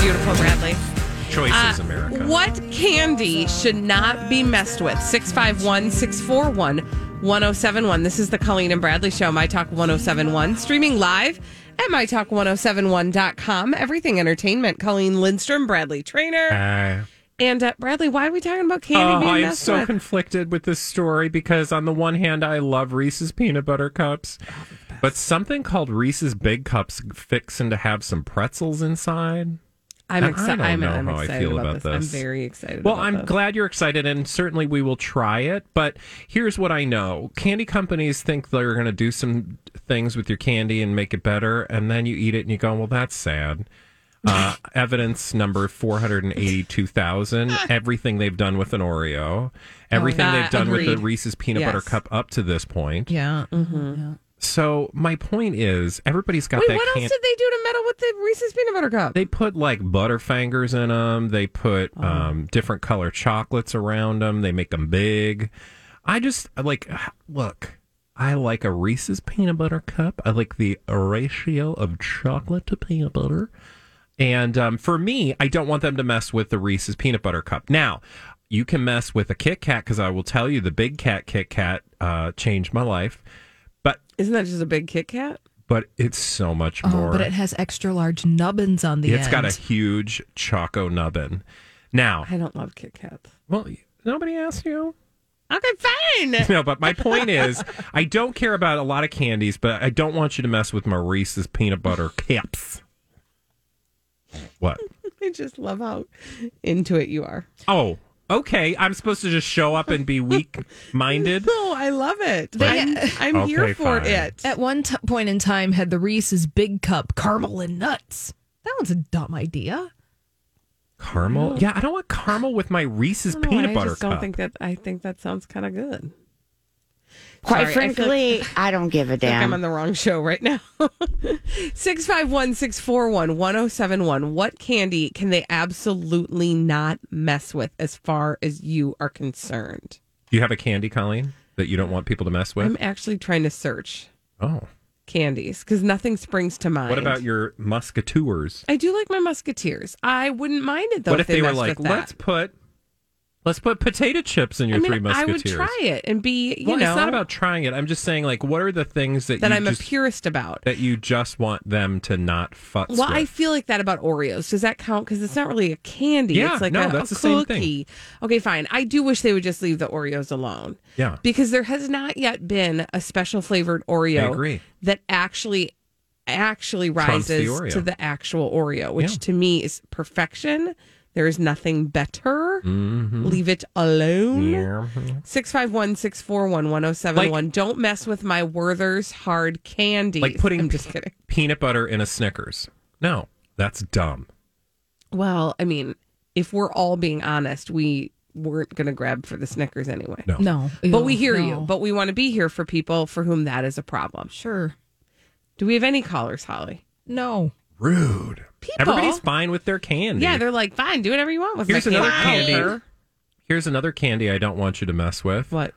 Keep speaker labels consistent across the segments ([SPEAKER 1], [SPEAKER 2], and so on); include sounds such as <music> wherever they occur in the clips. [SPEAKER 1] Beautiful, Bradley.
[SPEAKER 2] Choices,
[SPEAKER 1] Uh,
[SPEAKER 2] America.
[SPEAKER 1] What candy should not be messed with? 651 641 1071. This is the Colleen and Bradley Show, My Talk 1071, streaming live at MyTalk1071.com. Everything entertainment. Colleen Lindstrom, Bradley Trainer.
[SPEAKER 2] Uh,
[SPEAKER 1] And uh, Bradley, why are we talking about candy
[SPEAKER 2] oh,
[SPEAKER 1] being
[SPEAKER 2] I am
[SPEAKER 1] messed
[SPEAKER 2] so
[SPEAKER 1] with?
[SPEAKER 2] conflicted with this story because on the one hand, I love Reese's peanut butter cups, but something called Reese's Big Cups fixing to have some pretzels inside.
[SPEAKER 1] I'm,
[SPEAKER 2] and I
[SPEAKER 1] exci-
[SPEAKER 2] don't
[SPEAKER 1] I'm,
[SPEAKER 2] know
[SPEAKER 1] I'm
[SPEAKER 2] how I
[SPEAKER 1] excited
[SPEAKER 2] feel
[SPEAKER 1] about,
[SPEAKER 2] about
[SPEAKER 1] this.
[SPEAKER 2] this.
[SPEAKER 1] I'm very excited
[SPEAKER 2] Well,
[SPEAKER 1] about
[SPEAKER 2] I'm
[SPEAKER 1] this.
[SPEAKER 2] glad you're excited, and certainly we will try it. But here's what I know candy companies think they're going to do some things with your candy and make it better, and then you eat it and you go, well, that's sad.
[SPEAKER 1] <laughs>
[SPEAKER 2] Uh, evidence number 482,000 everything they've done with an Oreo, everything
[SPEAKER 1] Ah. Oh, that-
[SPEAKER 2] they've done with
[SPEAKER 1] agreed.
[SPEAKER 2] the Reese's peanut
[SPEAKER 1] Yes. mm-hmm.
[SPEAKER 2] butter cup up to this point.
[SPEAKER 3] Yeah.
[SPEAKER 2] So, my point is, everybody's got
[SPEAKER 1] Wait,
[SPEAKER 2] that
[SPEAKER 1] what else
[SPEAKER 2] candy.
[SPEAKER 1] did they do to meddle with the Reese's peanut butter cup?
[SPEAKER 2] Uh, They put like butterfingers in them. They put um, different color chocolates around them. They make them big. I just I like <sighs> look. I like a Reese's peanut butter cup. I like the ratio of chocolate to peanut butter. And um, for me, I don't want them to mess with the Reese's peanut butter cup. Now, you can mess with a Kit Kat because I will tell you the Big Cat Kit Kat uh, changed my life. But
[SPEAKER 1] Isn't that just a big Kit Kat?
[SPEAKER 2] but it's so much more.
[SPEAKER 3] Oh, but it has extra large nubbins on the
[SPEAKER 2] It's
[SPEAKER 3] end.
[SPEAKER 2] got a huge choco nubbin. Now,
[SPEAKER 1] I don't love Kit Kats.
[SPEAKER 2] well, nobody asked you. <laughs>
[SPEAKER 1] Okay, fine.
[SPEAKER 2] No, but my point is, I don't care about a lot of candies, but I don't want you to mess with Maurice's peanut butter cups. What?
[SPEAKER 1] <laughs> I just love how into it you are.
[SPEAKER 2] Oh, okay. I'm supposed to just show up and be weak minded.
[SPEAKER 1] No, I love it. I'm, I'm
[SPEAKER 2] Okay,
[SPEAKER 1] here for
[SPEAKER 2] fine.
[SPEAKER 1] it.
[SPEAKER 3] At one t- point in time, had the Reese's Big Cup caramel and nuts. That was a dumb idea.
[SPEAKER 2] Caramel? Yeah, I don't want caramel with my Reese's
[SPEAKER 1] I don't know why,
[SPEAKER 2] peanut
[SPEAKER 1] I
[SPEAKER 2] butter
[SPEAKER 1] just don't
[SPEAKER 2] cup.
[SPEAKER 1] think that. I think that sounds kind of good.
[SPEAKER 4] Quite
[SPEAKER 1] Sorry, I feel like-
[SPEAKER 4] frankly, I don't give a
[SPEAKER 1] I feel like I'm on
[SPEAKER 4] damn.
[SPEAKER 1] the wrong show right now. <laughs> 651 641 1071. What candy can they absolutely not mess with as far as you are concerned?
[SPEAKER 2] Do you have a candy, Colleen, that you don't want people to mess with?
[SPEAKER 1] I'm actually trying to search
[SPEAKER 2] Oh.
[SPEAKER 1] candies because nothing springs to mind.
[SPEAKER 2] What about your musketeers?
[SPEAKER 1] I do like my Musketeers. I wouldn't mind it though.
[SPEAKER 2] What if they were
[SPEAKER 1] messed
[SPEAKER 2] like,
[SPEAKER 1] with that.
[SPEAKER 2] let's put let's put potato chips in your
[SPEAKER 1] I mean,
[SPEAKER 2] three
[SPEAKER 1] I
[SPEAKER 2] musketeers?
[SPEAKER 1] would try it and be, you
[SPEAKER 2] well,
[SPEAKER 1] know,
[SPEAKER 2] it's not about trying it. I'm just saying, like, what are the things that,
[SPEAKER 1] that
[SPEAKER 2] you
[SPEAKER 1] I'm
[SPEAKER 2] just,
[SPEAKER 1] a purist about.
[SPEAKER 2] that you just want them to not futz
[SPEAKER 1] Well, I
[SPEAKER 2] with?
[SPEAKER 1] feel like that about Oreos. Does that count? Because it's not really a candy.
[SPEAKER 2] Yeah,
[SPEAKER 1] it's like
[SPEAKER 2] no,
[SPEAKER 1] a,
[SPEAKER 2] that's
[SPEAKER 1] a
[SPEAKER 2] the same thing.
[SPEAKER 1] cookie. Okay, fine. I do wish they would just leave the Oreos alone.
[SPEAKER 2] Yeah.
[SPEAKER 1] Because there has not yet been a special flavored Oreo
[SPEAKER 2] I agree.
[SPEAKER 1] that actually actually
[SPEAKER 2] Trumps the
[SPEAKER 1] rises
[SPEAKER 2] Oreo.
[SPEAKER 1] to the actual Oreo, which
[SPEAKER 2] Yeah.
[SPEAKER 1] to me is perfection. There is nothing better.
[SPEAKER 2] Mm-hmm.
[SPEAKER 1] Leave it alone. Six five one six four one one zero seven one. Don't mess with my Werther's hard candy.
[SPEAKER 2] Like putting-
[SPEAKER 1] I'm just kidding.
[SPEAKER 2] Peanut butter in a Snickers. No, that's dumb.
[SPEAKER 1] Well, I mean, if we're all being honest, we weren't going to grab for the Snickers anyway.
[SPEAKER 2] No.
[SPEAKER 3] No,
[SPEAKER 1] But we hear
[SPEAKER 3] No.
[SPEAKER 1] you. But we want to be here for people for whom that is a problem.
[SPEAKER 3] sure,
[SPEAKER 1] Do we have any callers, Holly?
[SPEAKER 3] no.
[SPEAKER 2] Rude.
[SPEAKER 1] People.
[SPEAKER 2] Everybody's fine with their candy.
[SPEAKER 1] Yeah, they're like, fine, do whatever you want with
[SPEAKER 2] Here's
[SPEAKER 1] my
[SPEAKER 2] another
[SPEAKER 1] candy.
[SPEAKER 2] candy. Here's another candy I don't want you to mess with.
[SPEAKER 1] What?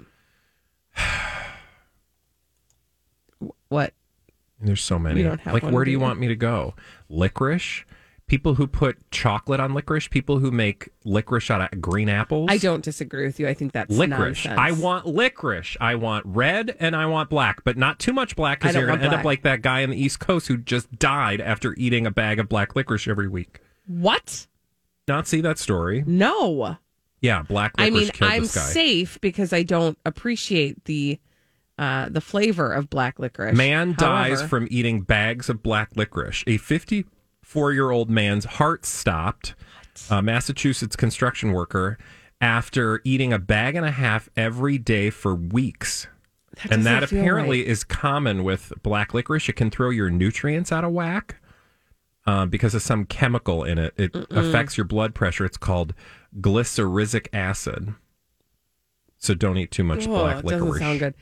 [SPEAKER 1] <sighs> what?
[SPEAKER 2] There's so many.
[SPEAKER 1] We don't have
[SPEAKER 2] like,
[SPEAKER 1] one,
[SPEAKER 2] where
[SPEAKER 1] do
[SPEAKER 2] do you
[SPEAKER 1] we?
[SPEAKER 2] want me to go? Licorice, people who put chocolate on licorice, people who make licorice out of green apples.
[SPEAKER 1] I don't disagree with you. I think that's
[SPEAKER 2] licorice.
[SPEAKER 1] Nonsense.
[SPEAKER 2] I want licorice. I want red and I want black, but not too much
[SPEAKER 1] I
[SPEAKER 2] black because
[SPEAKER 1] don't
[SPEAKER 2] you're going
[SPEAKER 1] want
[SPEAKER 2] to end up
[SPEAKER 1] black.
[SPEAKER 2] like that guy on the East Coast who just died after eating a bag of black licorice every week.
[SPEAKER 1] what?
[SPEAKER 2] Not see that story.
[SPEAKER 1] No.
[SPEAKER 2] Yeah, black
[SPEAKER 1] I
[SPEAKER 2] licorice
[SPEAKER 1] mean,
[SPEAKER 2] killed
[SPEAKER 1] I'm
[SPEAKER 2] this guy.
[SPEAKER 1] safe because I don't appreciate the uh, the flavor of black licorice.
[SPEAKER 2] Man dies
[SPEAKER 1] However-
[SPEAKER 2] from eating bags of black licorice. A 54 year old man's heart stopped, a Massachusetts construction worker, after eating a bag and a half every day for weeks. and
[SPEAKER 1] doesn't
[SPEAKER 2] that
[SPEAKER 1] feel
[SPEAKER 2] apparently
[SPEAKER 1] right.
[SPEAKER 2] is common with black licorice. It can throw your nutrients out of whack uh, because of some chemical in it. It affects your blood pressure. It's called glyceric acid. So don't eat too much
[SPEAKER 1] Oh,
[SPEAKER 2] black
[SPEAKER 1] it doesn't
[SPEAKER 2] licorice.
[SPEAKER 1] sound good.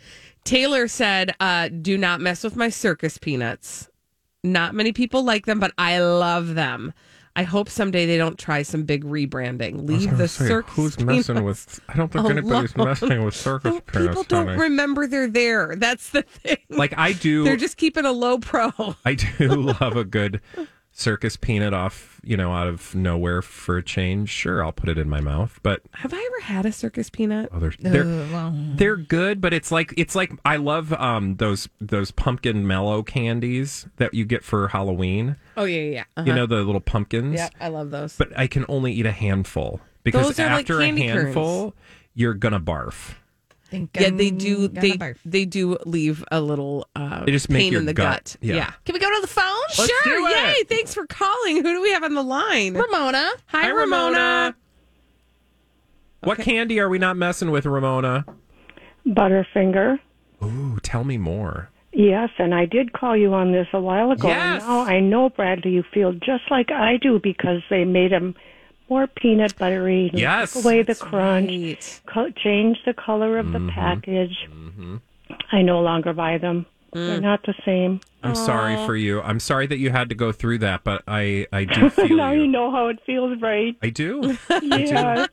[SPEAKER 1] Taylor said, uh, "Do not mess with my circus peanuts. Not many people like them, but I love them. I hope someday they don't try some big rebranding.
[SPEAKER 2] I was
[SPEAKER 1] Leave
[SPEAKER 2] gonna
[SPEAKER 1] the
[SPEAKER 2] say,
[SPEAKER 1] circus
[SPEAKER 2] Who's
[SPEAKER 1] peanuts
[SPEAKER 2] messing with? I don't think anybody's
[SPEAKER 1] alone.
[SPEAKER 2] messing with circus
[SPEAKER 1] No,
[SPEAKER 2] peanuts.
[SPEAKER 1] People don't
[SPEAKER 2] honey.
[SPEAKER 1] remember they're there. That's the thing.
[SPEAKER 2] like
[SPEAKER 1] <laughs>
[SPEAKER 2] I do.
[SPEAKER 1] They're just keeping a low pro. <laughs>
[SPEAKER 2] I do <laughs> love a good circus peanut off, you know, out of nowhere for a change. Sure, I'll put it in my mouth, but
[SPEAKER 1] Have I ever had a circus peanut?
[SPEAKER 2] others they're they're good, but it's like it's like I love um those those pumpkin mellow candies that you get for Halloween.
[SPEAKER 1] Oh yeah, yeah, yeah. Uh-huh.
[SPEAKER 2] You know the little pumpkins.
[SPEAKER 1] yeah, I love those.
[SPEAKER 2] But I can only eat a handful because
[SPEAKER 1] Those are like
[SPEAKER 2] after a
[SPEAKER 1] candy curns.
[SPEAKER 2] handful, you're gonna barf.
[SPEAKER 3] Think
[SPEAKER 1] yeah,
[SPEAKER 3] I'm
[SPEAKER 1] they do.
[SPEAKER 3] gonna
[SPEAKER 1] They
[SPEAKER 3] barf.
[SPEAKER 1] they do leave a little. Uh,
[SPEAKER 2] They just make
[SPEAKER 1] pain
[SPEAKER 2] your
[SPEAKER 1] in the
[SPEAKER 2] gut-
[SPEAKER 1] gut.
[SPEAKER 2] yeah.
[SPEAKER 3] Can we go to the phone?
[SPEAKER 2] Let's
[SPEAKER 1] sure.
[SPEAKER 2] do it.
[SPEAKER 1] Yay! Thanks for calling. Who do we have on the line?
[SPEAKER 3] Ramona.
[SPEAKER 1] Hi, Ramona.
[SPEAKER 2] What candy are we not messing with, Ramona?
[SPEAKER 5] Butterfinger.
[SPEAKER 2] Ooh, tell me more.
[SPEAKER 5] Yes, and I did call you on this a while ago.
[SPEAKER 2] Yes.
[SPEAKER 5] Now I know, Bradley, you feel just like I do because they made them more peanut buttery. they
[SPEAKER 2] Yes.
[SPEAKER 5] Took away the crunch.
[SPEAKER 1] Right.
[SPEAKER 5] Co- change the color of the package. I no longer buy them. They're not the same. <laughs>
[SPEAKER 2] I'm sorry for you. I'm sorry that you had to go through that, but I I
[SPEAKER 1] <laughs>
[SPEAKER 2] do feel
[SPEAKER 5] now
[SPEAKER 2] you.
[SPEAKER 5] you know how it feels, right?
[SPEAKER 2] I do.
[SPEAKER 5] Yeah.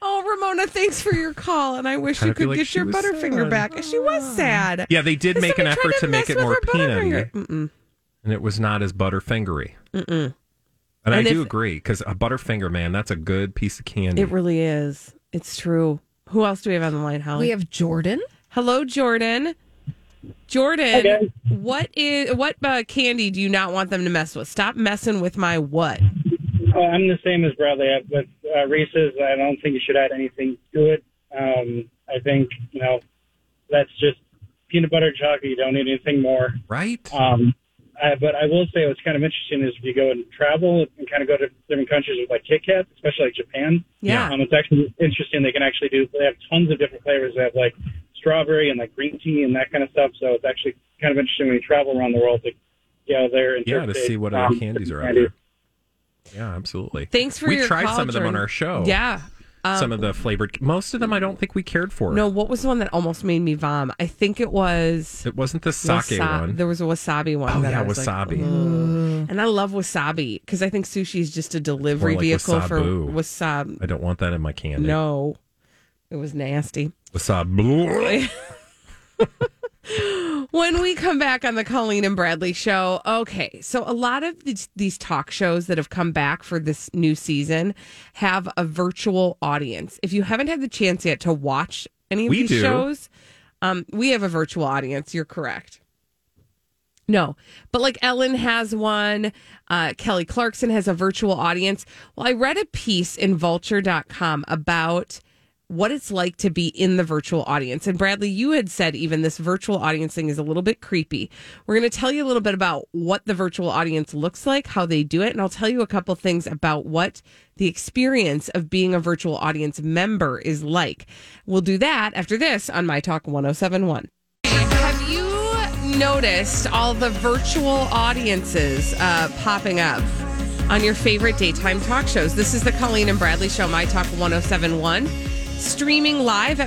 [SPEAKER 1] Oh, Ramona, thanks for your call, and I wish
[SPEAKER 2] Kinda
[SPEAKER 1] you
[SPEAKER 2] feel
[SPEAKER 1] could
[SPEAKER 2] like
[SPEAKER 1] get
[SPEAKER 2] she
[SPEAKER 1] your
[SPEAKER 2] was
[SPEAKER 1] Butterfinger
[SPEAKER 2] sad.
[SPEAKER 1] back. She was sad.
[SPEAKER 2] Yeah, they did
[SPEAKER 1] This
[SPEAKER 2] make an
[SPEAKER 1] somebody tried
[SPEAKER 2] effort to make
[SPEAKER 1] mess
[SPEAKER 2] it
[SPEAKER 1] with
[SPEAKER 2] more
[SPEAKER 1] her
[SPEAKER 2] peanutty,
[SPEAKER 1] Butterfinger. Mm-mm.
[SPEAKER 2] and it was not as butterfingery. Mm-mm. And, I
[SPEAKER 1] And
[SPEAKER 2] do
[SPEAKER 1] if-
[SPEAKER 2] agree because a butterfinger, man, that's a good piece of candy.
[SPEAKER 1] It really is. It's true. Who else do we have on the line, Holly?
[SPEAKER 3] We have Jordan.
[SPEAKER 1] Hello, Jordan. Jordan, what is what uh, candy do you not want them to mess with? Stop messing with my what?
[SPEAKER 6] Well, Uh, I'm the same as Bradley. I- With uh, Reese's, I don't think you should add anything to it. Um, I think, you know, that's just peanut butter and chocolate. You don't need anything more.
[SPEAKER 2] right?
[SPEAKER 6] Um, I, but I will say what's kind of interesting is if you go and travel and kind of go to different countries with like Kit Kat, especially like Japan,
[SPEAKER 1] Yeah.
[SPEAKER 6] um, it's actually interesting. They can actually do, they have tons of different flavors. They have like strawberry and like green tea and that kind of stuff. So it's actually kind of interesting when you travel around the world to go there and
[SPEAKER 2] yeah, to
[SPEAKER 6] taste,
[SPEAKER 2] see what other
[SPEAKER 6] um,
[SPEAKER 2] candies are out
[SPEAKER 6] candies.
[SPEAKER 2] there. Yeah, absolutely.
[SPEAKER 1] Thanks for
[SPEAKER 2] we
[SPEAKER 1] your
[SPEAKER 2] tried
[SPEAKER 1] call,
[SPEAKER 2] some of them on
[SPEAKER 1] Jordan.
[SPEAKER 2] our show.
[SPEAKER 1] Yeah. Um,
[SPEAKER 2] some of the flavored. Most of them, I don't think we cared for.
[SPEAKER 1] No, what was the one that almost made me vom? I think it was
[SPEAKER 2] it wasn't the sake
[SPEAKER 1] wasa-
[SPEAKER 2] one.
[SPEAKER 1] There was a wasabi one.
[SPEAKER 2] Oh,
[SPEAKER 1] that
[SPEAKER 2] yeah,
[SPEAKER 1] I was like,
[SPEAKER 2] wasabi.
[SPEAKER 1] "Ugh." and I love wasabi because I think sushi is just a delivery
[SPEAKER 2] like
[SPEAKER 1] vehicle for
[SPEAKER 2] wasabu.
[SPEAKER 1] wasabi.
[SPEAKER 2] I don't want that in my candy.
[SPEAKER 1] No, it was nasty.
[SPEAKER 2] Wasabi.
[SPEAKER 1] When we come back on the Colleen and Bradley show, okay, so a lot of these, these talk shows that have come back for this new season have a virtual audience. If you haven't had the chance yet to watch any of
[SPEAKER 2] We
[SPEAKER 1] these
[SPEAKER 2] do.
[SPEAKER 1] shows, um, we have a virtual audience. You're correct. No, but like Ellen has one, uh, Kelly Clarkson has a virtual audience. Well, I read a piece in vulture.com about what it's like to be in the virtual audience. And Bradley, you had said even this virtual audience thing is a little bit creepy. We're going to tell you a little bit about what the virtual audience looks like, how they do it, and I'll tell you a couple things about what the experience of being a virtual audience member is like. We'll do that after this on My Talk 1071. Have you noticed all the virtual audiences uh, popping up on your favorite daytime talk shows? This is the Colleen and Bradley Show, My Talk 1071, streaming live at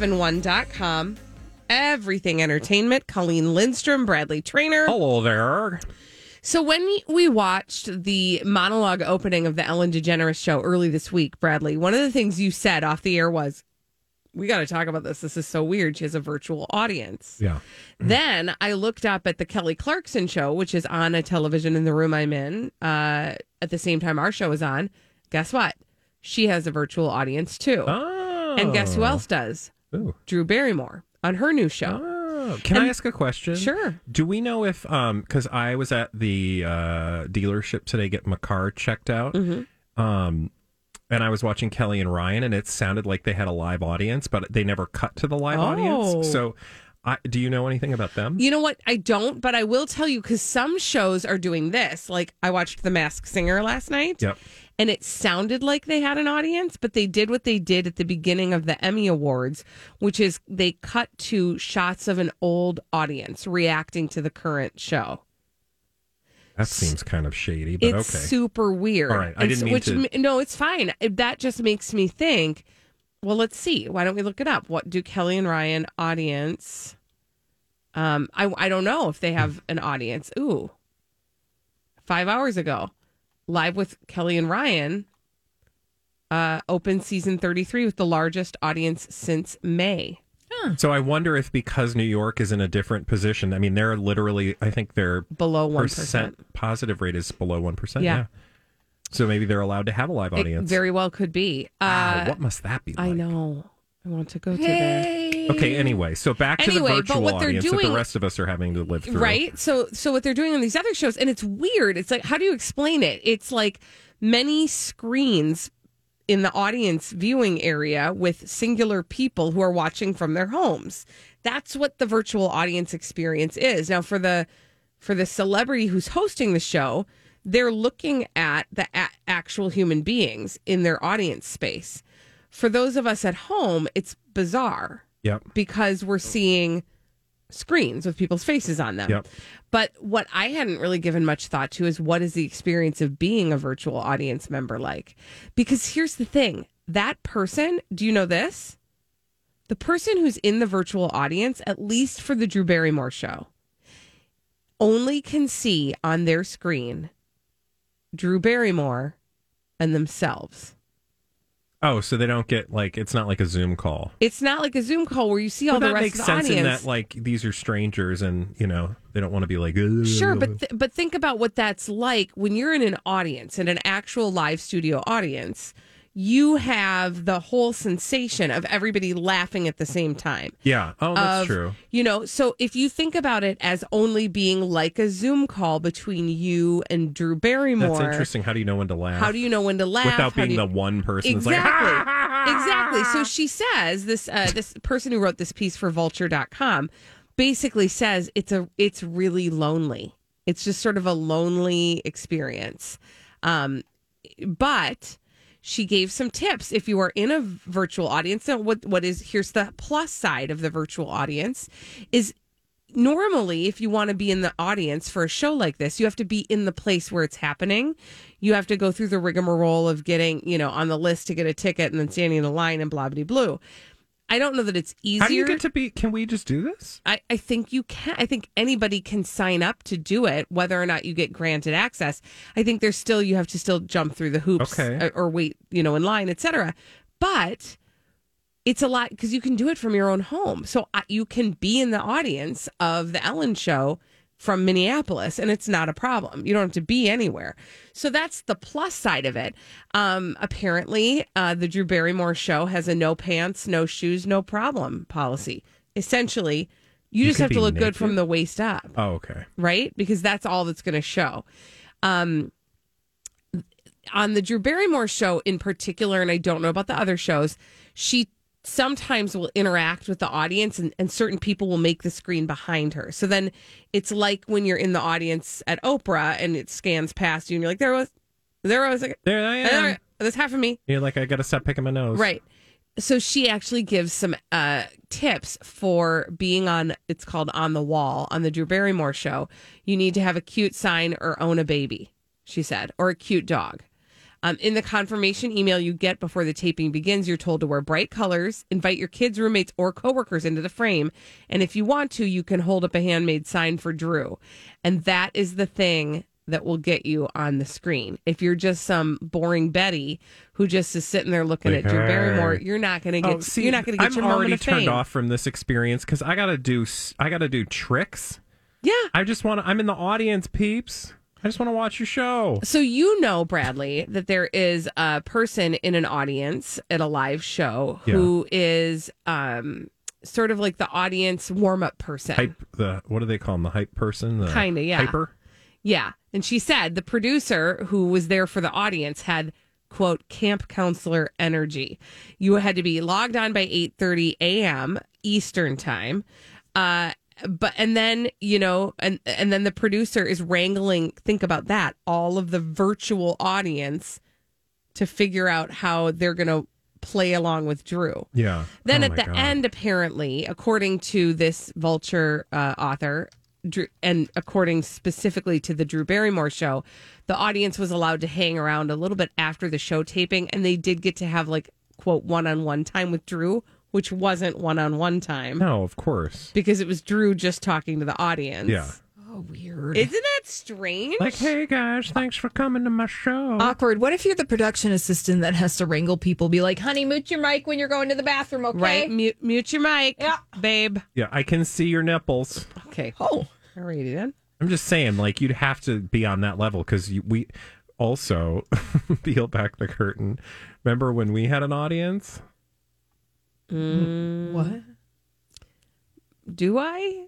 [SPEAKER 1] MyTalk1071.com. Everything Entertainment, Colleen Lindstrom, Bradley Trainer.
[SPEAKER 2] Hello there.
[SPEAKER 1] So when we watched the monologue opening of the Ellen DeGeneres show early this week, Bradley, one of the things you said off the air was, we got to talk about this. This is so weird. She has a virtual audience.
[SPEAKER 2] Yeah.
[SPEAKER 1] Then I looked up at the Kelly Clarkson show, which is on a television in the room I'm in uh, at the same time our show is on. Guess what? She has a virtual audience too.
[SPEAKER 2] Oh.
[SPEAKER 1] And guess who else does?
[SPEAKER 2] Ooh.
[SPEAKER 1] Drew Barrymore on her new show.
[SPEAKER 2] Oh, can I ask a question?
[SPEAKER 1] Sure.
[SPEAKER 2] Do we know if um because I was at the uh dealership today getting my car checked out.
[SPEAKER 1] Mm-hmm.
[SPEAKER 2] Um and I was watching Kelly and Ryan and it sounded like they had a live audience, but they never cut to the live
[SPEAKER 1] Oh.
[SPEAKER 2] audience. So I do you know anything about them?
[SPEAKER 1] You know what? I don't, but I will tell you because some shows are doing this. Like I watched The Masked Singer last night.
[SPEAKER 2] Yep.
[SPEAKER 1] and it sounded like they had an audience, but they did what they did at the beginning of the Emmy Awards, which is they cut to shots of an old audience reacting to the current show.
[SPEAKER 2] That seems kind of shady, but
[SPEAKER 1] it's
[SPEAKER 2] okay.
[SPEAKER 1] super weird.
[SPEAKER 2] All right, I
[SPEAKER 1] And
[SPEAKER 2] didn't
[SPEAKER 1] so-
[SPEAKER 2] mean
[SPEAKER 1] which
[SPEAKER 2] to-
[SPEAKER 1] ma- no, it's fine. It- That just makes me think. Well, let's see. Why don't we look it up? What do Kelly and Ryan audience? Um, I I don't know if they have an audience. Ooh, five hours ago, live with Kelly and Ryan. Uh, opened season thirty three with the largest audience since May.
[SPEAKER 2] so I wonder if because New York is in a different position, I mean they're literally I think their
[SPEAKER 1] Below 1%.
[SPEAKER 2] percent positive rate is below one percent.
[SPEAKER 1] Yeah.
[SPEAKER 2] Yeah. So maybe they're allowed to have a live
[SPEAKER 1] It
[SPEAKER 2] audience.
[SPEAKER 1] very well could be.
[SPEAKER 2] Wow,
[SPEAKER 1] Uh,
[SPEAKER 2] what must that be like?
[SPEAKER 1] I know. I want to go to there.
[SPEAKER 2] Okay, anyway, so back to
[SPEAKER 1] Anyway,
[SPEAKER 2] the
[SPEAKER 1] but
[SPEAKER 2] virtual
[SPEAKER 1] what they're
[SPEAKER 2] audience that
[SPEAKER 1] doing-
[SPEAKER 2] the rest of us are having to live through.
[SPEAKER 1] Right. So so what they're doing on these other shows and it's weird. It's like how do you explain it? It's like many screens in the audience viewing area with singular people who are watching from their homes. That's what the virtual audience experience is. Now for the for the celebrity who's hosting the show, they're looking at the a- actual human beings in their audience space. For those of us at home, it's bizarre
[SPEAKER 2] Yep.
[SPEAKER 1] because we're seeing screens with people's faces on them.
[SPEAKER 2] Yep.
[SPEAKER 1] But what I hadn't really given much thought to is what is the experience of being a virtual audience member like? Because here's the thing that person, do you know this? The person who's in the virtual audience, at least for the Drew Barrymore show, only can see on their screen Drew Barrymore and themselves.
[SPEAKER 2] Oh, so they don't get like it's not like a Zoom call.
[SPEAKER 1] It's not like a Zoom call where you see all the
[SPEAKER 2] Well, that
[SPEAKER 1] rest
[SPEAKER 2] makes
[SPEAKER 1] of the
[SPEAKER 2] sense
[SPEAKER 1] audience.
[SPEAKER 2] in that like these are strangers and you know they don't want to be like "Ugh."
[SPEAKER 1] Sure, but th- but think about what that's like when you're in an audience, in an actual live studio audience. You have the whole sensation of everybody laughing at the same time.
[SPEAKER 2] yeah. Oh, that's
[SPEAKER 1] of,
[SPEAKER 2] true.
[SPEAKER 1] You know, so if you think about it as only being like a Zoom call between you and Drew Barrymore,
[SPEAKER 2] That's interesting. How do you know when to laugh?
[SPEAKER 1] How do you know when to laugh
[SPEAKER 2] without
[SPEAKER 1] How do
[SPEAKER 2] being
[SPEAKER 1] you-
[SPEAKER 2] the one person that's like
[SPEAKER 1] exactly. exactly. So she says this uh, this person who wrote this piece for vulture.com basically says it's a it's really lonely. It's just sort of a lonely experience. Um, but she gave some tips if you are in a virtual audience. Now, what what is here's the plus side of the virtual audience is normally if you want to be in the audience for a show like this you have to be in the place where it's happening you have to go through the rigmarole of getting you know on the list to get a ticket and then standing in a line and blah blah blue i don't know that it's easier
[SPEAKER 2] How do you get to be? Can we just do this?
[SPEAKER 1] I, I think you can. I think anybody can sign up to do it, whether or not you get granted access. I think there's still you have to still jump through the hoops
[SPEAKER 2] Okay.
[SPEAKER 1] uh, or, wait, you know, in line, etc. But it's a lot because you can do it from your own home. So I, you can be in the audience of the Ellen Show from Minneapolis, and it's not a problem. You don't have to be anywhere. So that's the plus side of it. Um, apparently, uh, the Drew Barrymore Show has a no pants, no shoes, no problem policy. Essentially, you,
[SPEAKER 2] You
[SPEAKER 1] just
[SPEAKER 2] could
[SPEAKER 1] have to
[SPEAKER 2] be
[SPEAKER 1] look good
[SPEAKER 2] naked?
[SPEAKER 1] from the waist up
[SPEAKER 2] Oh, okay.
[SPEAKER 1] right? Because that's all that's going to show. Um, on the Drew Barrymore show in particular, and I don't know about the other shows, she sometimes will interact with the audience and, and certain people will make the screen behind her. So then it's like when you're in the audience at Oprah and it scans past you and you're like, there was, there was, a,
[SPEAKER 2] There I am.
[SPEAKER 1] there, there's half of me.
[SPEAKER 2] You're like I gotta stop picking my nose.
[SPEAKER 1] Right. So she actually gives some uh, tips for being on. It's called on the wall on the Drew Barrymore show. You need to have a cute sign or own a baby, she said, or a cute dog. Um, in the confirmation email you get before the taping begins, you're told to wear bright colors, invite your kids, roommates, or coworkers into the frame, and if you want to, you can hold up a handmade sign for Drew. And that is the thing that will get you on the screen. If you're just some boring Betty who just is sitting there looking
[SPEAKER 2] Like,
[SPEAKER 1] at Drew
[SPEAKER 2] "Arr."
[SPEAKER 1] Barrymore, you're not going to get.
[SPEAKER 2] Oh, see,
[SPEAKER 1] you're not going to get
[SPEAKER 2] I'm
[SPEAKER 1] your
[SPEAKER 2] already
[SPEAKER 1] moment of
[SPEAKER 2] turned
[SPEAKER 1] fame.
[SPEAKER 2] off from this experience because I gotta do s- I gotta do tricks.
[SPEAKER 1] Yeah.
[SPEAKER 2] I just want to. I'm in the audience, peeps. I just want to watch your show.
[SPEAKER 1] So you know, Bradley, that there is a person in an audience at a live show who is um sort of like the audience warm up person.
[SPEAKER 2] Hype the what do they call him? The hype person. The
[SPEAKER 1] Kinda, yeah.
[SPEAKER 2] Hyper.
[SPEAKER 1] Yeah. And she said the producer who was there for the audience had quote camp counselor energy. You had to be logged on by 8:30 a.m. Eastern time. Uh but and then, you know, and and then the producer is wrangling think about that all of the virtual audience to figure out how they're going to play along with Drew.
[SPEAKER 2] Yeah.
[SPEAKER 1] Then
[SPEAKER 2] Oh
[SPEAKER 1] at
[SPEAKER 2] my
[SPEAKER 1] the
[SPEAKER 2] God.
[SPEAKER 1] end, apparently, according to this Vulture uh, author, Drew, and according specifically to the Drew Barrymore show, the audience was allowed to hang around a little bit after the show taping, and they did get to have like quote one on one time with Drew, which wasn't one on one time
[SPEAKER 2] No, of course.
[SPEAKER 1] because it was Drew just talking to the audience.
[SPEAKER 2] Yeah.
[SPEAKER 3] Oh, weird.
[SPEAKER 1] isn't that strange?
[SPEAKER 2] Like, hey guys, thanks for coming to my show.
[SPEAKER 1] Uh,
[SPEAKER 3] awkward. What if you're the production assistant that has to wrangle people? Be like, honey, mute your mic when you're going to the bathroom, okay?
[SPEAKER 1] Right, mute, mute your mic,
[SPEAKER 3] Yeah.
[SPEAKER 1] babe.
[SPEAKER 2] yeah, I can see your nipples.
[SPEAKER 1] Okay,
[SPEAKER 3] Oh,
[SPEAKER 1] all right, Ian.
[SPEAKER 2] I'm just saying, like, you'd have to be on that level because we also <laughs> peel back the curtain. Remember when we had an audience?
[SPEAKER 3] what?
[SPEAKER 1] Do I?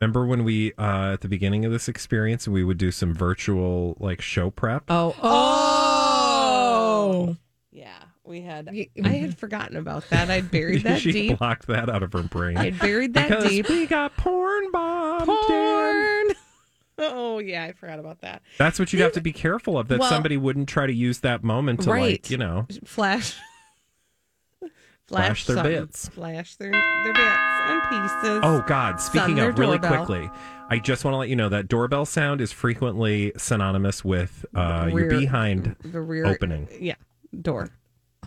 [SPEAKER 2] Remember when we, uh, at the beginning of this experience, we would do some virtual, like, show prep?
[SPEAKER 1] Oh,
[SPEAKER 3] Oh,
[SPEAKER 1] Yeah, we had. <laughs> I had forgotten about that. I'd
[SPEAKER 2] <laughs>
[SPEAKER 1] buried that
[SPEAKER 2] she
[SPEAKER 1] deep.
[SPEAKER 2] blocked that out of her brain.
[SPEAKER 1] I'd buried that
[SPEAKER 2] because
[SPEAKER 1] deep.
[SPEAKER 2] we got porn bombed. Dan.
[SPEAKER 1] Porn. <laughs> Oh yeah, I forgot about that.
[SPEAKER 2] That's what you'd have to be careful of, that
[SPEAKER 1] Well-
[SPEAKER 2] somebody wouldn't try to use that moment to,
[SPEAKER 1] Right.
[SPEAKER 2] like, you know.
[SPEAKER 1] Flash.
[SPEAKER 2] <laughs> Flash their
[SPEAKER 1] something.
[SPEAKER 2] bits.
[SPEAKER 1] Flash their their bits and pieces.
[SPEAKER 2] Oh God! Speaking
[SPEAKER 1] their
[SPEAKER 2] of, really
[SPEAKER 1] doorbell.
[SPEAKER 2] quickly, I just want to let you know that doorbell sound is frequently synonymous with uh, your
[SPEAKER 1] Rear-
[SPEAKER 2] behind
[SPEAKER 1] the rear
[SPEAKER 2] opening.
[SPEAKER 1] Yeah, door.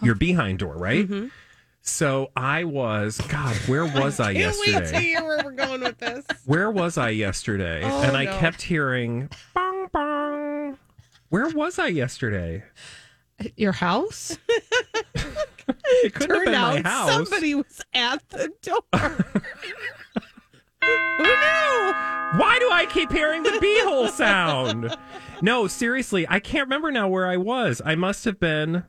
[SPEAKER 2] your behind door, right?
[SPEAKER 1] Mm-hmm.
[SPEAKER 2] So I was God. Where was I <laughs>
[SPEAKER 1] Can't wait to
[SPEAKER 2] yesterday?
[SPEAKER 1] hear where we're going with
[SPEAKER 2] <laughs>
[SPEAKER 1] this.
[SPEAKER 2] Where was I yesterday? and I
[SPEAKER 1] no.
[SPEAKER 2] kept hearing bong bong. Where was I yesterday?
[SPEAKER 3] your house?
[SPEAKER 2] <laughs> It couldn't have
[SPEAKER 1] Turned
[SPEAKER 2] been
[SPEAKER 1] out
[SPEAKER 2] my house.
[SPEAKER 1] somebody was at the
[SPEAKER 2] <laughs>
[SPEAKER 1] door. Who knew?
[SPEAKER 2] Why do I keep hearing the beehole sound? No, seriously, I can't remember now where I was. I must have been.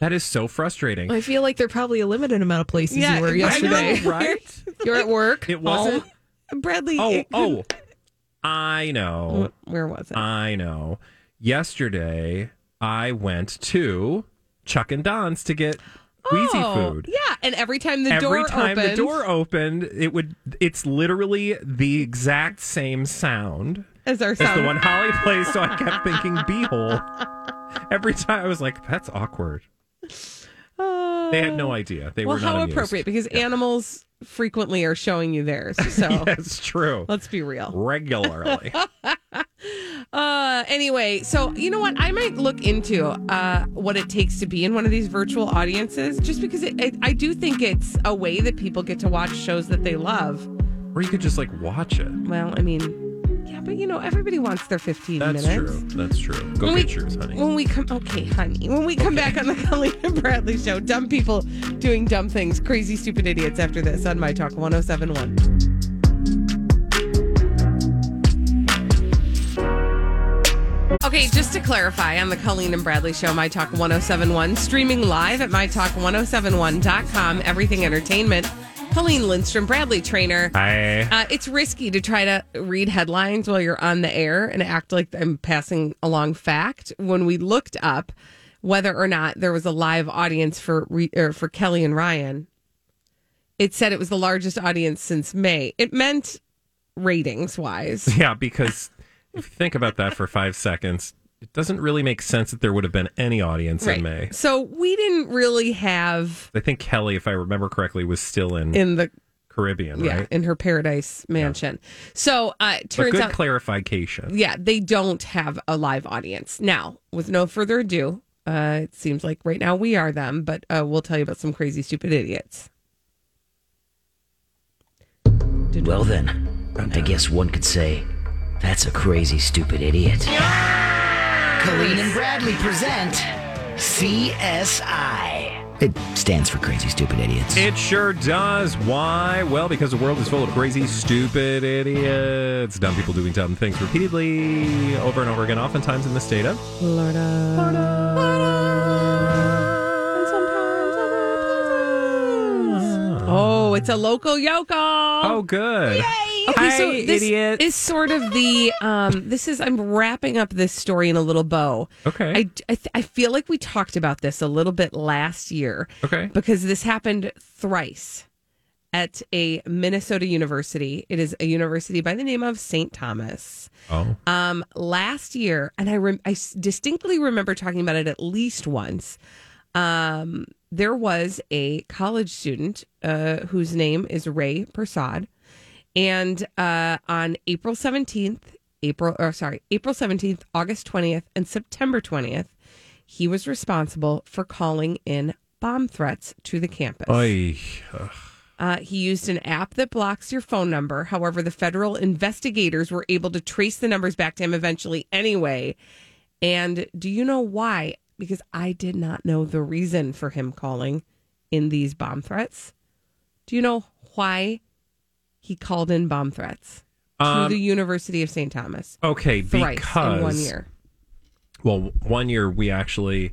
[SPEAKER 2] That is so frustrating.
[SPEAKER 3] I feel like there are probably a limited amount of places
[SPEAKER 1] Yeah,
[SPEAKER 3] you were
[SPEAKER 1] I <laughs>
[SPEAKER 2] I know,
[SPEAKER 3] yesterday.
[SPEAKER 2] right?
[SPEAKER 3] You're at work.
[SPEAKER 2] It wasn't.
[SPEAKER 3] home.
[SPEAKER 1] Bradley. <laughs>
[SPEAKER 2] Oh,
[SPEAKER 1] it-
[SPEAKER 2] oh, I know,
[SPEAKER 1] Where was it?
[SPEAKER 2] I know. Yesterday, I went to Chuck and Don's to get Wheezy
[SPEAKER 1] Oh,
[SPEAKER 2] food.
[SPEAKER 1] Yeah, and every time the
[SPEAKER 2] Every
[SPEAKER 1] door
[SPEAKER 2] time
[SPEAKER 1] opened,
[SPEAKER 2] the door opened, it would. It's literally the exact same sound.
[SPEAKER 1] as our
[SPEAKER 2] It's
[SPEAKER 1] sound.
[SPEAKER 2] the one Holly plays, so I kept thinking beehole. Every time I was like, that's awkward.
[SPEAKER 1] Uh,
[SPEAKER 2] They had no idea. They
[SPEAKER 1] well,
[SPEAKER 2] were not
[SPEAKER 1] how
[SPEAKER 2] amused.
[SPEAKER 1] appropriate because animals frequently are showing you theirs. So
[SPEAKER 2] <laughs> That's true.
[SPEAKER 1] let's be real. <laughs>
[SPEAKER 2] Regularly.
[SPEAKER 1] Uh, anyway, so you know what? I might look into uh, what it takes to be in one of these virtual audiences, just because it, it, I do think it's a way that people get to watch shows that they love.
[SPEAKER 2] or you could just like watch it.
[SPEAKER 1] Well, I mean, yeah, but you know, everybody wants their fifteen
[SPEAKER 2] That's
[SPEAKER 1] minutes.
[SPEAKER 2] true. That's true. Go get yours, honey.
[SPEAKER 1] When we come, okay, honey. When we come back on the <laughs> Colleen and Bradley show, dumb people doing dumb things, crazy, stupid idiots after this on My Talk 1071. Okay, just to clarify on the Colleen and Bradley show, My Talk 1071, streaming live at MyTalk1071.com, everything entertainment. Colleen Lindstrom, Bradley trainer.
[SPEAKER 2] Hi.
[SPEAKER 1] Uh, it's risky to try to read headlines while you're on the air and act like I'm passing along fact. When we looked up whether or not there was a live audience for re- or for Kelly and Ryan, it said it was the largest audience since May. It meant ratings
[SPEAKER 2] <laughs>
[SPEAKER 1] wise.
[SPEAKER 2] Yeah, because if you think about that for five seconds, it doesn't really make sense that there would have been any audience in May.
[SPEAKER 1] So we didn't really have
[SPEAKER 2] I think Kelly, if I remember correctly, was still in,
[SPEAKER 1] in the
[SPEAKER 2] Caribbean,
[SPEAKER 1] yeah
[SPEAKER 2] right?
[SPEAKER 1] in her paradise mansion. So uh, it
[SPEAKER 2] But
[SPEAKER 1] turns
[SPEAKER 2] good
[SPEAKER 1] out
[SPEAKER 2] clarification.
[SPEAKER 1] yeah, they don't have a live audience. Now, with no further ado, uh, it seems like right now we are them, but uh, we'll tell you about some crazy, stupid idiots.
[SPEAKER 7] Well, then, I guess one could say That's a crazy, stupid idiot.
[SPEAKER 8] Colleen and Bradley present CSI.
[SPEAKER 7] It stands for crazy, stupid idiots.
[SPEAKER 2] It sure does. Why? Well, because the world is full of crazy, stupid idiots. Dumb people doing dumb things repeatedly over and over again, oftentimes in the state of
[SPEAKER 1] Florida. Florida. Oh, it's a local yoko.
[SPEAKER 2] Oh, good.
[SPEAKER 1] Okay,
[SPEAKER 2] Hi,
[SPEAKER 1] so this
[SPEAKER 2] idiot.
[SPEAKER 1] is sort of the um. This is I'm wrapping up this story in a little bow.
[SPEAKER 2] Okay.
[SPEAKER 1] I I, th- I feel like we talked about this a little bit last year
[SPEAKER 2] okay.
[SPEAKER 1] because this happened thrice at a Minnesota university. It is a university by the name of St. Thomas.
[SPEAKER 2] Oh.
[SPEAKER 1] Um, last year, and I, rem- I s- distinctly remember talking about it at least once. Um, there was a college student uh, whose name is Ray Persad, and uh, on April seventeenth, April or sorry, April seventeenth, August twentieth, and September twentieth, he was responsible for calling in bomb threats to the campus.
[SPEAKER 2] Oy.
[SPEAKER 1] Uh, he used an app that blocks your phone number. However, the federal investigators were able to trace the numbers back to him eventually anyway. And do you know why? Because I did not know the reason for him calling in these bomb threats. Do you know why he called in bomb threats
[SPEAKER 2] Um,
[SPEAKER 1] to the University of St. Thomas?
[SPEAKER 2] Okay,
[SPEAKER 1] Thrice in one
[SPEAKER 2] because-
[SPEAKER 1] year.
[SPEAKER 2] Well, one year we actually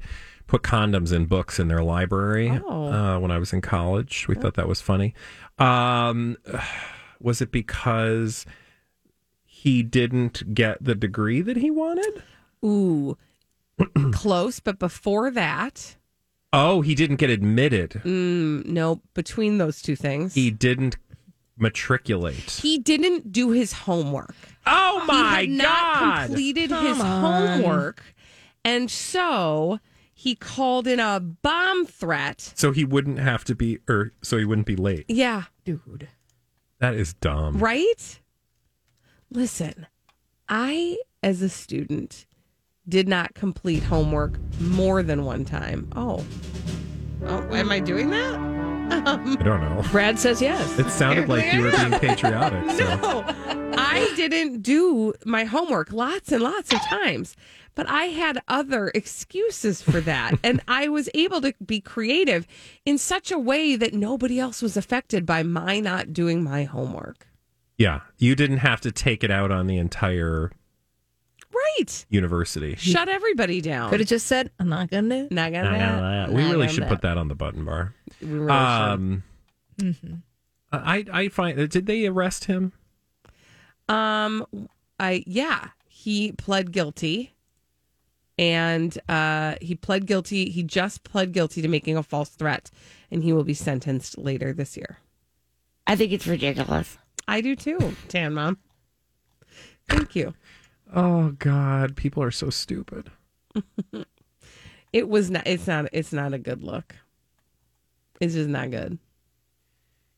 [SPEAKER 2] put condoms in books in their library
[SPEAKER 1] Oh.
[SPEAKER 2] uh, when I was in college. We thought that was funny. Um, <sighs> was it because he didn't get the degree that he wanted?
[SPEAKER 1] Ooh, <clears throat> close. But before that,
[SPEAKER 2] Oh, he didn't get admitted.
[SPEAKER 1] mm, no, between those two things.
[SPEAKER 2] He didn't matriculate.
[SPEAKER 1] He didn't do his homework.
[SPEAKER 2] Oh my
[SPEAKER 1] he had not
[SPEAKER 2] God.
[SPEAKER 1] completed
[SPEAKER 3] Come
[SPEAKER 1] his
[SPEAKER 3] on.
[SPEAKER 1] homework, and so he called in a bomb threat.
[SPEAKER 2] So he wouldn't have to be, or so he wouldn't be late.
[SPEAKER 1] Yeah,
[SPEAKER 3] Dude.
[SPEAKER 2] That is dumb.
[SPEAKER 1] right. Listen, I as a student did not complete homework more than one time. Oh, oh, am I doing that?
[SPEAKER 2] I don't know.
[SPEAKER 3] Brad says yes.
[SPEAKER 2] It sounded like you were
[SPEAKER 1] <laughs>
[SPEAKER 2] being patriotic. So.
[SPEAKER 1] No, <laughs> I didn't do my homework lots and lots of times, but I had other excuses for that. <laughs> and I was able to be creative in such a way that nobody else was affected by my not doing my homework.
[SPEAKER 2] Yeah, you didn't have to take it out on the entire
[SPEAKER 1] Right.
[SPEAKER 2] university.
[SPEAKER 1] Shut everybody down.
[SPEAKER 3] Could have just said, I'm not
[SPEAKER 1] <laughs>
[SPEAKER 3] going to.
[SPEAKER 1] not gonna.
[SPEAKER 2] we
[SPEAKER 1] not
[SPEAKER 2] really
[SPEAKER 1] gonna
[SPEAKER 2] should
[SPEAKER 1] bet.
[SPEAKER 2] put that on the button bar.
[SPEAKER 1] We really should.
[SPEAKER 2] Um,
[SPEAKER 1] Mm-hmm.
[SPEAKER 2] I I find did they arrest him?
[SPEAKER 1] Um, I yeah, he pled guilty, and uh, he pled guilty. He just pled guilty to making a false threat, and he will be sentenced later this year.
[SPEAKER 4] I think it's ridiculous.
[SPEAKER 1] I do too, Tan Mom. Thank you.
[SPEAKER 2] Oh God, people are so stupid.
[SPEAKER 1] It was not. It's not. It's not a good look. It's just not good.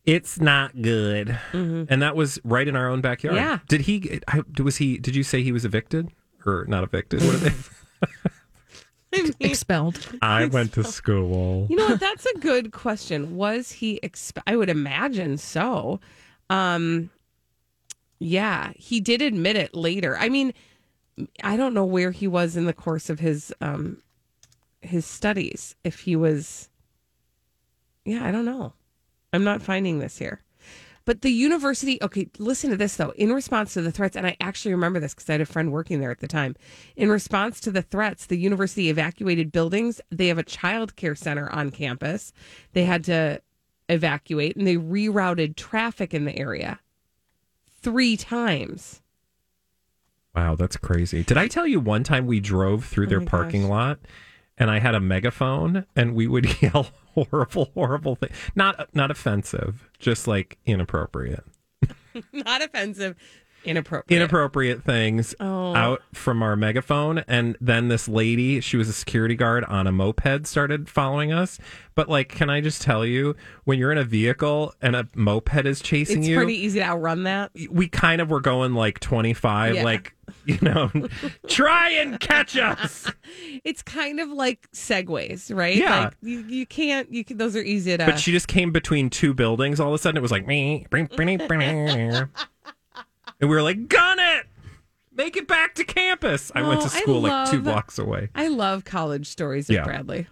[SPEAKER 2] It's not good. And that was right in our own backyard.
[SPEAKER 1] Mm-hmm. Yeah.
[SPEAKER 2] Did he? I, was he? Did you say he was evicted or not evicted? What are they?
[SPEAKER 1] <laughs> I mean,
[SPEAKER 3] Expelled.
[SPEAKER 2] I went to school.
[SPEAKER 1] you know what? That's a good question. Was he? Exp- I would imagine so. Um, yeah, he did admit it later. I mean, I don't know where he was in the course of his um his studies. If he was, yeah, I don't know. I'm not finding this here. But the university, okay, listen to this though. In response to the threats, and I actually remember this because I had a friend working there at the time. In response to the threats, the university evacuated buildings. They have a child care center on campus. They had to evacuate and they rerouted traffic in the area three times. <laughs>
[SPEAKER 2] Wow, that's crazy. Did I tell you one time we drove through their
[SPEAKER 1] Oh my
[SPEAKER 2] parking lot and I had a megaphone and we would <laughs> yell horrible, horrible things. Not not offensive, just like inappropriate.
[SPEAKER 1] Not offensive, inappropriate.
[SPEAKER 2] Inappropriate things
[SPEAKER 1] Oh.
[SPEAKER 2] out from our megaphone and then this lady, she was a security guard on a moped started following us. But like can I just tell you when you're in a vehicle and a moped is chasing
[SPEAKER 1] It's
[SPEAKER 2] you
[SPEAKER 1] pretty easy to outrun that.
[SPEAKER 2] we kind of were going like 25
[SPEAKER 1] Yeah.
[SPEAKER 2] like <laughs> you know try and catch us
[SPEAKER 1] It's kind of like segways, right?
[SPEAKER 2] Yeah.
[SPEAKER 1] Like you, you can't, you can, those are easy to.
[SPEAKER 2] But she just came between two buildings. All of a sudden, it was like me, and we were like, "Gun it!" Make it back to campus. I went
[SPEAKER 1] No,
[SPEAKER 2] to
[SPEAKER 1] I
[SPEAKER 2] school like two
[SPEAKER 1] love-
[SPEAKER 2] blocks away.
[SPEAKER 1] I love college stories of
[SPEAKER 2] Yeah.
[SPEAKER 1] Bradley.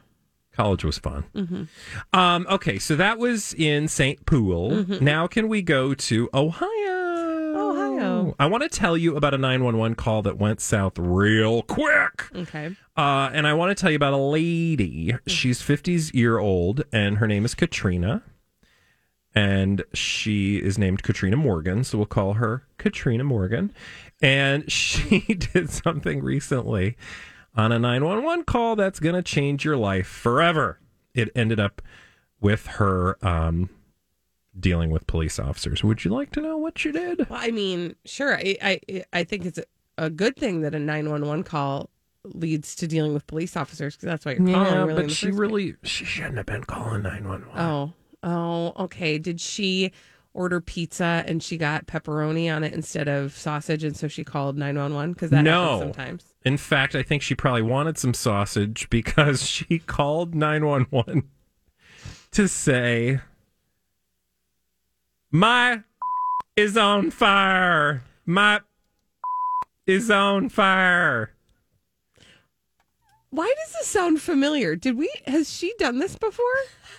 [SPEAKER 2] College was fun.
[SPEAKER 1] Mm-hmm.
[SPEAKER 2] Um, okay, so that was in St. Pool.
[SPEAKER 1] Mhm.
[SPEAKER 2] Now can we go to Ohio?
[SPEAKER 1] Ohio.
[SPEAKER 2] I want to tell you about a 911 call that went south real quick.
[SPEAKER 1] Okay.
[SPEAKER 2] Uh, and I want to tell you about a lady. She's 50s year old, and her name is Katrina. And she is named Katrina Morgan, so we'll call her Katrina Morgan. And <laughs> she did something recently on a 911 call that's going to change your life forever. It ended up with her um, dealing with police officers. Would you like to know what she did?
[SPEAKER 1] Well, I mean, sure. I I, I think it's a, a good thing that a nine one one call leads to dealing with police officers because that's why you're calling. really
[SPEAKER 2] yeah,
[SPEAKER 1] in
[SPEAKER 2] Uh, but
[SPEAKER 1] the
[SPEAKER 2] she
[SPEAKER 1] first
[SPEAKER 2] really she shouldn't have been calling 911.
[SPEAKER 1] Oh, oh, okay. Did she order pizza and she got pepperoni on it instead of sausage, and so she called nine one one? Because that
[SPEAKER 2] no.
[SPEAKER 1] happens sometimes.
[SPEAKER 2] In fact, I think she probably wanted some sausage because <laughs> she called 911 to say, My is on fire. My is on fire.
[SPEAKER 1] Why does this sound familiar? Did we? Has she done this before?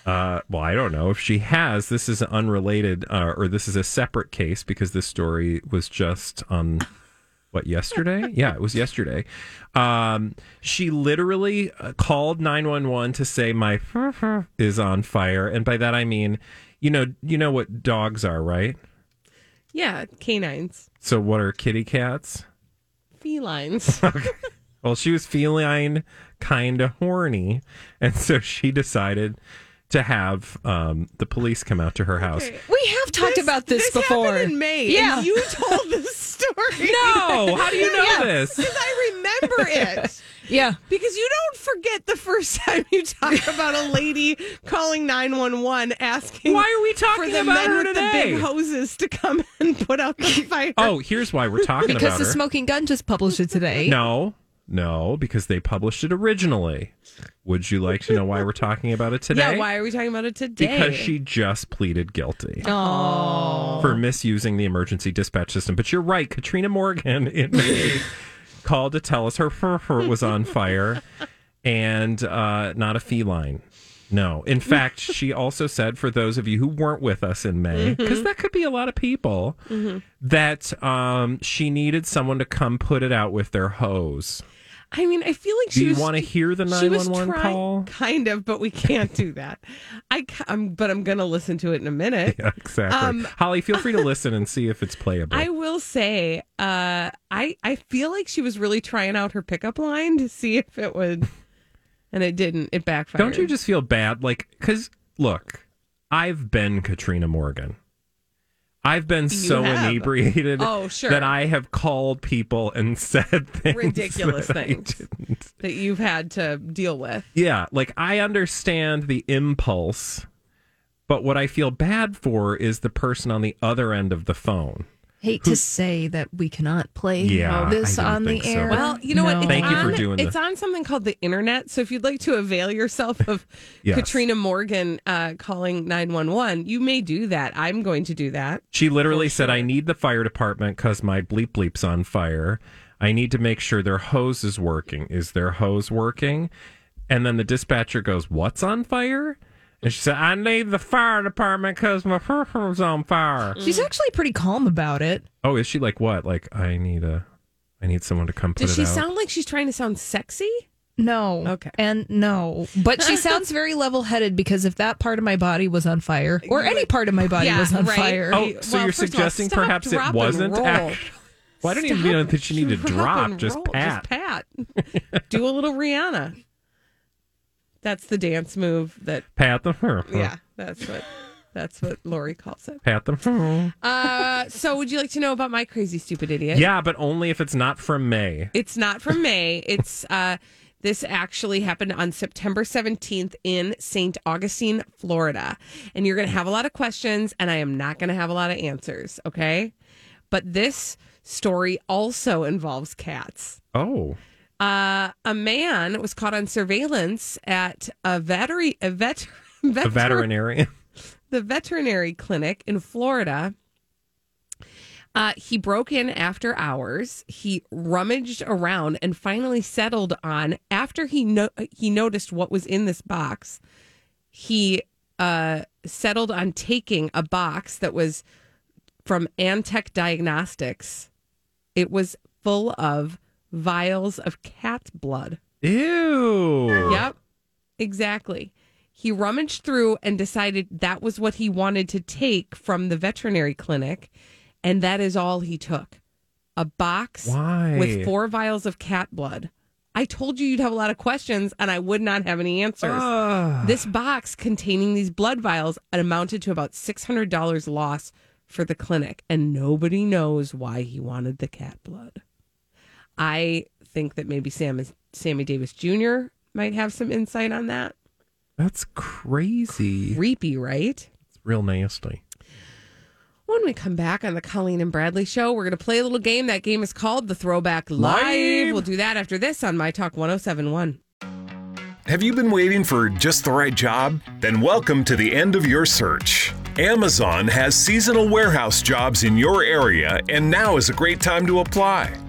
[SPEAKER 2] Uh, well, I don't know if she has. This is unrelated, uh, or this is a separate case because this story was just on what yesterday? yeah, it was yesterday. Um, she literally uh, called nine one one to say my <laughs> is on fire, and by that I mean, you know, you know what dogs are, right?
[SPEAKER 1] Yeah, canines,
[SPEAKER 2] So what are kitty cats?
[SPEAKER 1] felines.
[SPEAKER 2] Well, she was feline, kind of horny, and so she decided to have um, the police come out to her house.
[SPEAKER 3] We have talked about this,
[SPEAKER 1] this happened
[SPEAKER 3] before.
[SPEAKER 1] in May, and
[SPEAKER 3] Yeah.
[SPEAKER 1] you told
[SPEAKER 2] <laughs>
[SPEAKER 1] this story. <laughs>
[SPEAKER 2] No, how do you know
[SPEAKER 3] Yeah.
[SPEAKER 2] this?
[SPEAKER 1] Because I
[SPEAKER 2] <laughs>
[SPEAKER 1] remember it.
[SPEAKER 3] yeah.
[SPEAKER 1] Because you don't forget the first <laughs> time you talk about a lady calling 911 asking
[SPEAKER 2] Why are we
[SPEAKER 1] for
[SPEAKER 2] talking
[SPEAKER 1] the
[SPEAKER 2] about
[SPEAKER 1] men
[SPEAKER 2] her
[SPEAKER 1] with the
[SPEAKER 2] today?
[SPEAKER 1] big hoses to come and put out the fire.
[SPEAKER 2] <laughs> Oh, here's why we're talking
[SPEAKER 3] Because
[SPEAKER 2] about
[SPEAKER 3] the
[SPEAKER 2] her.
[SPEAKER 3] Smoking Gun just published
[SPEAKER 1] <laughs>
[SPEAKER 3] it today.
[SPEAKER 2] no, no, because they published it originally. Would you like to know why we're talking about it
[SPEAKER 1] <laughs>
[SPEAKER 2] today?
[SPEAKER 1] Yeah, why are we talking about it today?
[SPEAKER 2] Because she just pleaded guilty
[SPEAKER 3] Oh.
[SPEAKER 2] for misusing the emergency dispatch system. But you're right, Katrina Morgan <laughs> in May called to tell us her fur fur was on fire and uh, not a feline. No. In fact, she also said, for those of you who weren't with us in May,
[SPEAKER 1] Mm-hmm.
[SPEAKER 2] because that could be a lot of people, that um, she needed someone to come put it out with their hose. <laughs>
[SPEAKER 1] I mean, I feel like
[SPEAKER 2] Do
[SPEAKER 1] she
[SPEAKER 2] you
[SPEAKER 1] was.
[SPEAKER 2] want to hear the
[SPEAKER 1] she was
[SPEAKER 2] 911
[SPEAKER 1] trying-
[SPEAKER 2] call?
[SPEAKER 1] kind of, but we can't do that. I, ca- I'm, but I'm gonna listen to it in a minute.
[SPEAKER 2] <laughs> Yeah, exactly.
[SPEAKER 1] Um,
[SPEAKER 2] Holly, feel
[SPEAKER 1] <laughs>
[SPEAKER 2] free to listen and see if it's playable.
[SPEAKER 1] I will say, uh, I I feel like she was really trying out her pickup line to see if it would, and it didn't. It backfired.
[SPEAKER 2] Don't you just feel bad? Like, because look, I've been Katrina Morgan. I've been so
[SPEAKER 1] have.
[SPEAKER 2] inebriated
[SPEAKER 1] Oh, sure.
[SPEAKER 2] that I have called people and <laughs> said things
[SPEAKER 1] ridiculous
[SPEAKER 2] that I
[SPEAKER 1] things
[SPEAKER 2] didn't.
[SPEAKER 1] that you've had to deal with?
[SPEAKER 2] Yeah, like I understand the impulse, but what I feel bad for is the person on the other end of the phone.
[SPEAKER 3] Hate to say that we cannot play
[SPEAKER 2] Yeah,
[SPEAKER 3] all this
[SPEAKER 2] I didn't
[SPEAKER 3] on the
[SPEAKER 2] think so.
[SPEAKER 3] air.
[SPEAKER 1] Well, you know what? It's
[SPEAKER 2] Thank you for
[SPEAKER 1] on-
[SPEAKER 2] doing
[SPEAKER 1] It's
[SPEAKER 2] this.
[SPEAKER 1] on something called the internet. So if you'd like to avail yourself of
[SPEAKER 2] Yes.
[SPEAKER 1] Katrina Morgan uh, calling nine one one, you may do that. I'm going to do that.
[SPEAKER 2] She literally said, I need the fire department because my bleep bleep's on fire. I need to make sure their hose is working. Is their hose working? And then the dispatcher goes, What's on fire? And she said, I need the fire department because my fur's on fire.
[SPEAKER 3] She's
[SPEAKER 1] Mm.
[SPEAKER 3] actually pretty calm about it.
[SPEAKER 2] Oh, is she like what? Like, I need a. I need someone to come put
[SPEAKER 1] Does
[SPEAKER 2] it
[SPEAKER 1] she
[SPEAKER 2] out.
[SPEAKER 1] sound like she's trying to sound sexy?
[SPEAKER 3] No.
[SPEAKER 1] Okay.
[SPEAKER 3] And no. But she sounds very level headed because if that part of my body was on fire, or any part of my body
[SPEAKER 1] Yeah,
[SPEAKER 3] was on
[SPEAKER 1] right.
[SPEAKER 3] fire,
[SPEAKER 2] oh, so
[SPEAKER 1] Well, first of
[SPEAKER 2] you're
[SPEAKER 1] all,
[SPEAKER 2] suggesting
[SPEAKER 1] stop,
[SPEAKER 2] perhaps
[SPEAKER 1] drop,
[SPEAKER 2] it
[SPEAKER 1] and
[SPEAKER 2] wasn't
[SPEAKER 1] roll.
[SPEAKER 2] act- <laughs> Well, I don't even
[SPEAKER 1] Stop,
[SPEAKER 2] know that you need to drop.
[SPEAKER 1] and
[SPEAKER 2] Just
[SPEAKER 1] roll,
[SPEAKER 2] pat.
[SPEAKER 1] Just pat. Do a little Rihanna. That's the dance move that
[SPEAKER 2] Pat the <laughs> fur.
[SPEAKER 1] yeah, that's what that's what Lori calls it.
[SPEAKER 2] Pat the <laughs> fur.
[SPEAKER 1] Uh so would you like to know about my crazy stupid idiot?
[SPEAKER 2] Yeah, but only if it's not from May.
[SPEAKER 1] It's not from May. It's uh this actually happened on September 17th in St. Augustine, Florida. And you're going to have a lot of questions and I am not going to have a lot of answers, okay? But this story also involves cats.
[SPEAKER 2] Oh.
[SPEAKER 1] uh, a man was caught on surveillance at a veterinary a vet,
[SPEAKER 2] a
[SPEAKER 1] veter-
[SPEAKER 2] veterinarian.
[SPEAKER 1] the veterinary clinic in Florida Uh, he broke in after hours. He rummaged around and finally settled on after he no- he noticed what was in this box. He uh, settled on taking a box that was from Antech Diagnostics. It was full of vials of cat blood.
[SPEAKER 9] <laughs> Ew.
[SPEAKER 1] Yep, exactly. He rummaged through and decided that was what he wanted to take from the veterinary clinic, and that is all he took a box
[SPEAKER 9] Why?
[SPEAKER 1] with four vials of cat blood. I told you you'd have a lot of questions, and I would not have any answers.
[SPEAKER 9] Ugh.
[SPEAKER 1] This box containing these blood vials amounted to about $600 loss for the clinic, and nobody knows why he wanted the cat blood. I think that maybe Sam is, Sammy Davis Jr. might have some insight on that.
[SPEAKER 9] That's crazy.
[SPEAKER 1] Creepy, right?
[SPEAKER 9] It's real nasty.
[SPEAKER 1] When we come back on the Colleen and Bradley show, we're going to play a little game. That game is called The Throwback Live.
[SPEAKER 9] Live.
[SPEAKER 1] We'll do that after this on My Talk 1071.
[SPEAKER 2] Have you been waiting for just the right job? Then welcome to the end of your search. Amazon has seasonal warehouse jobs in your area, and now is a great time to apply.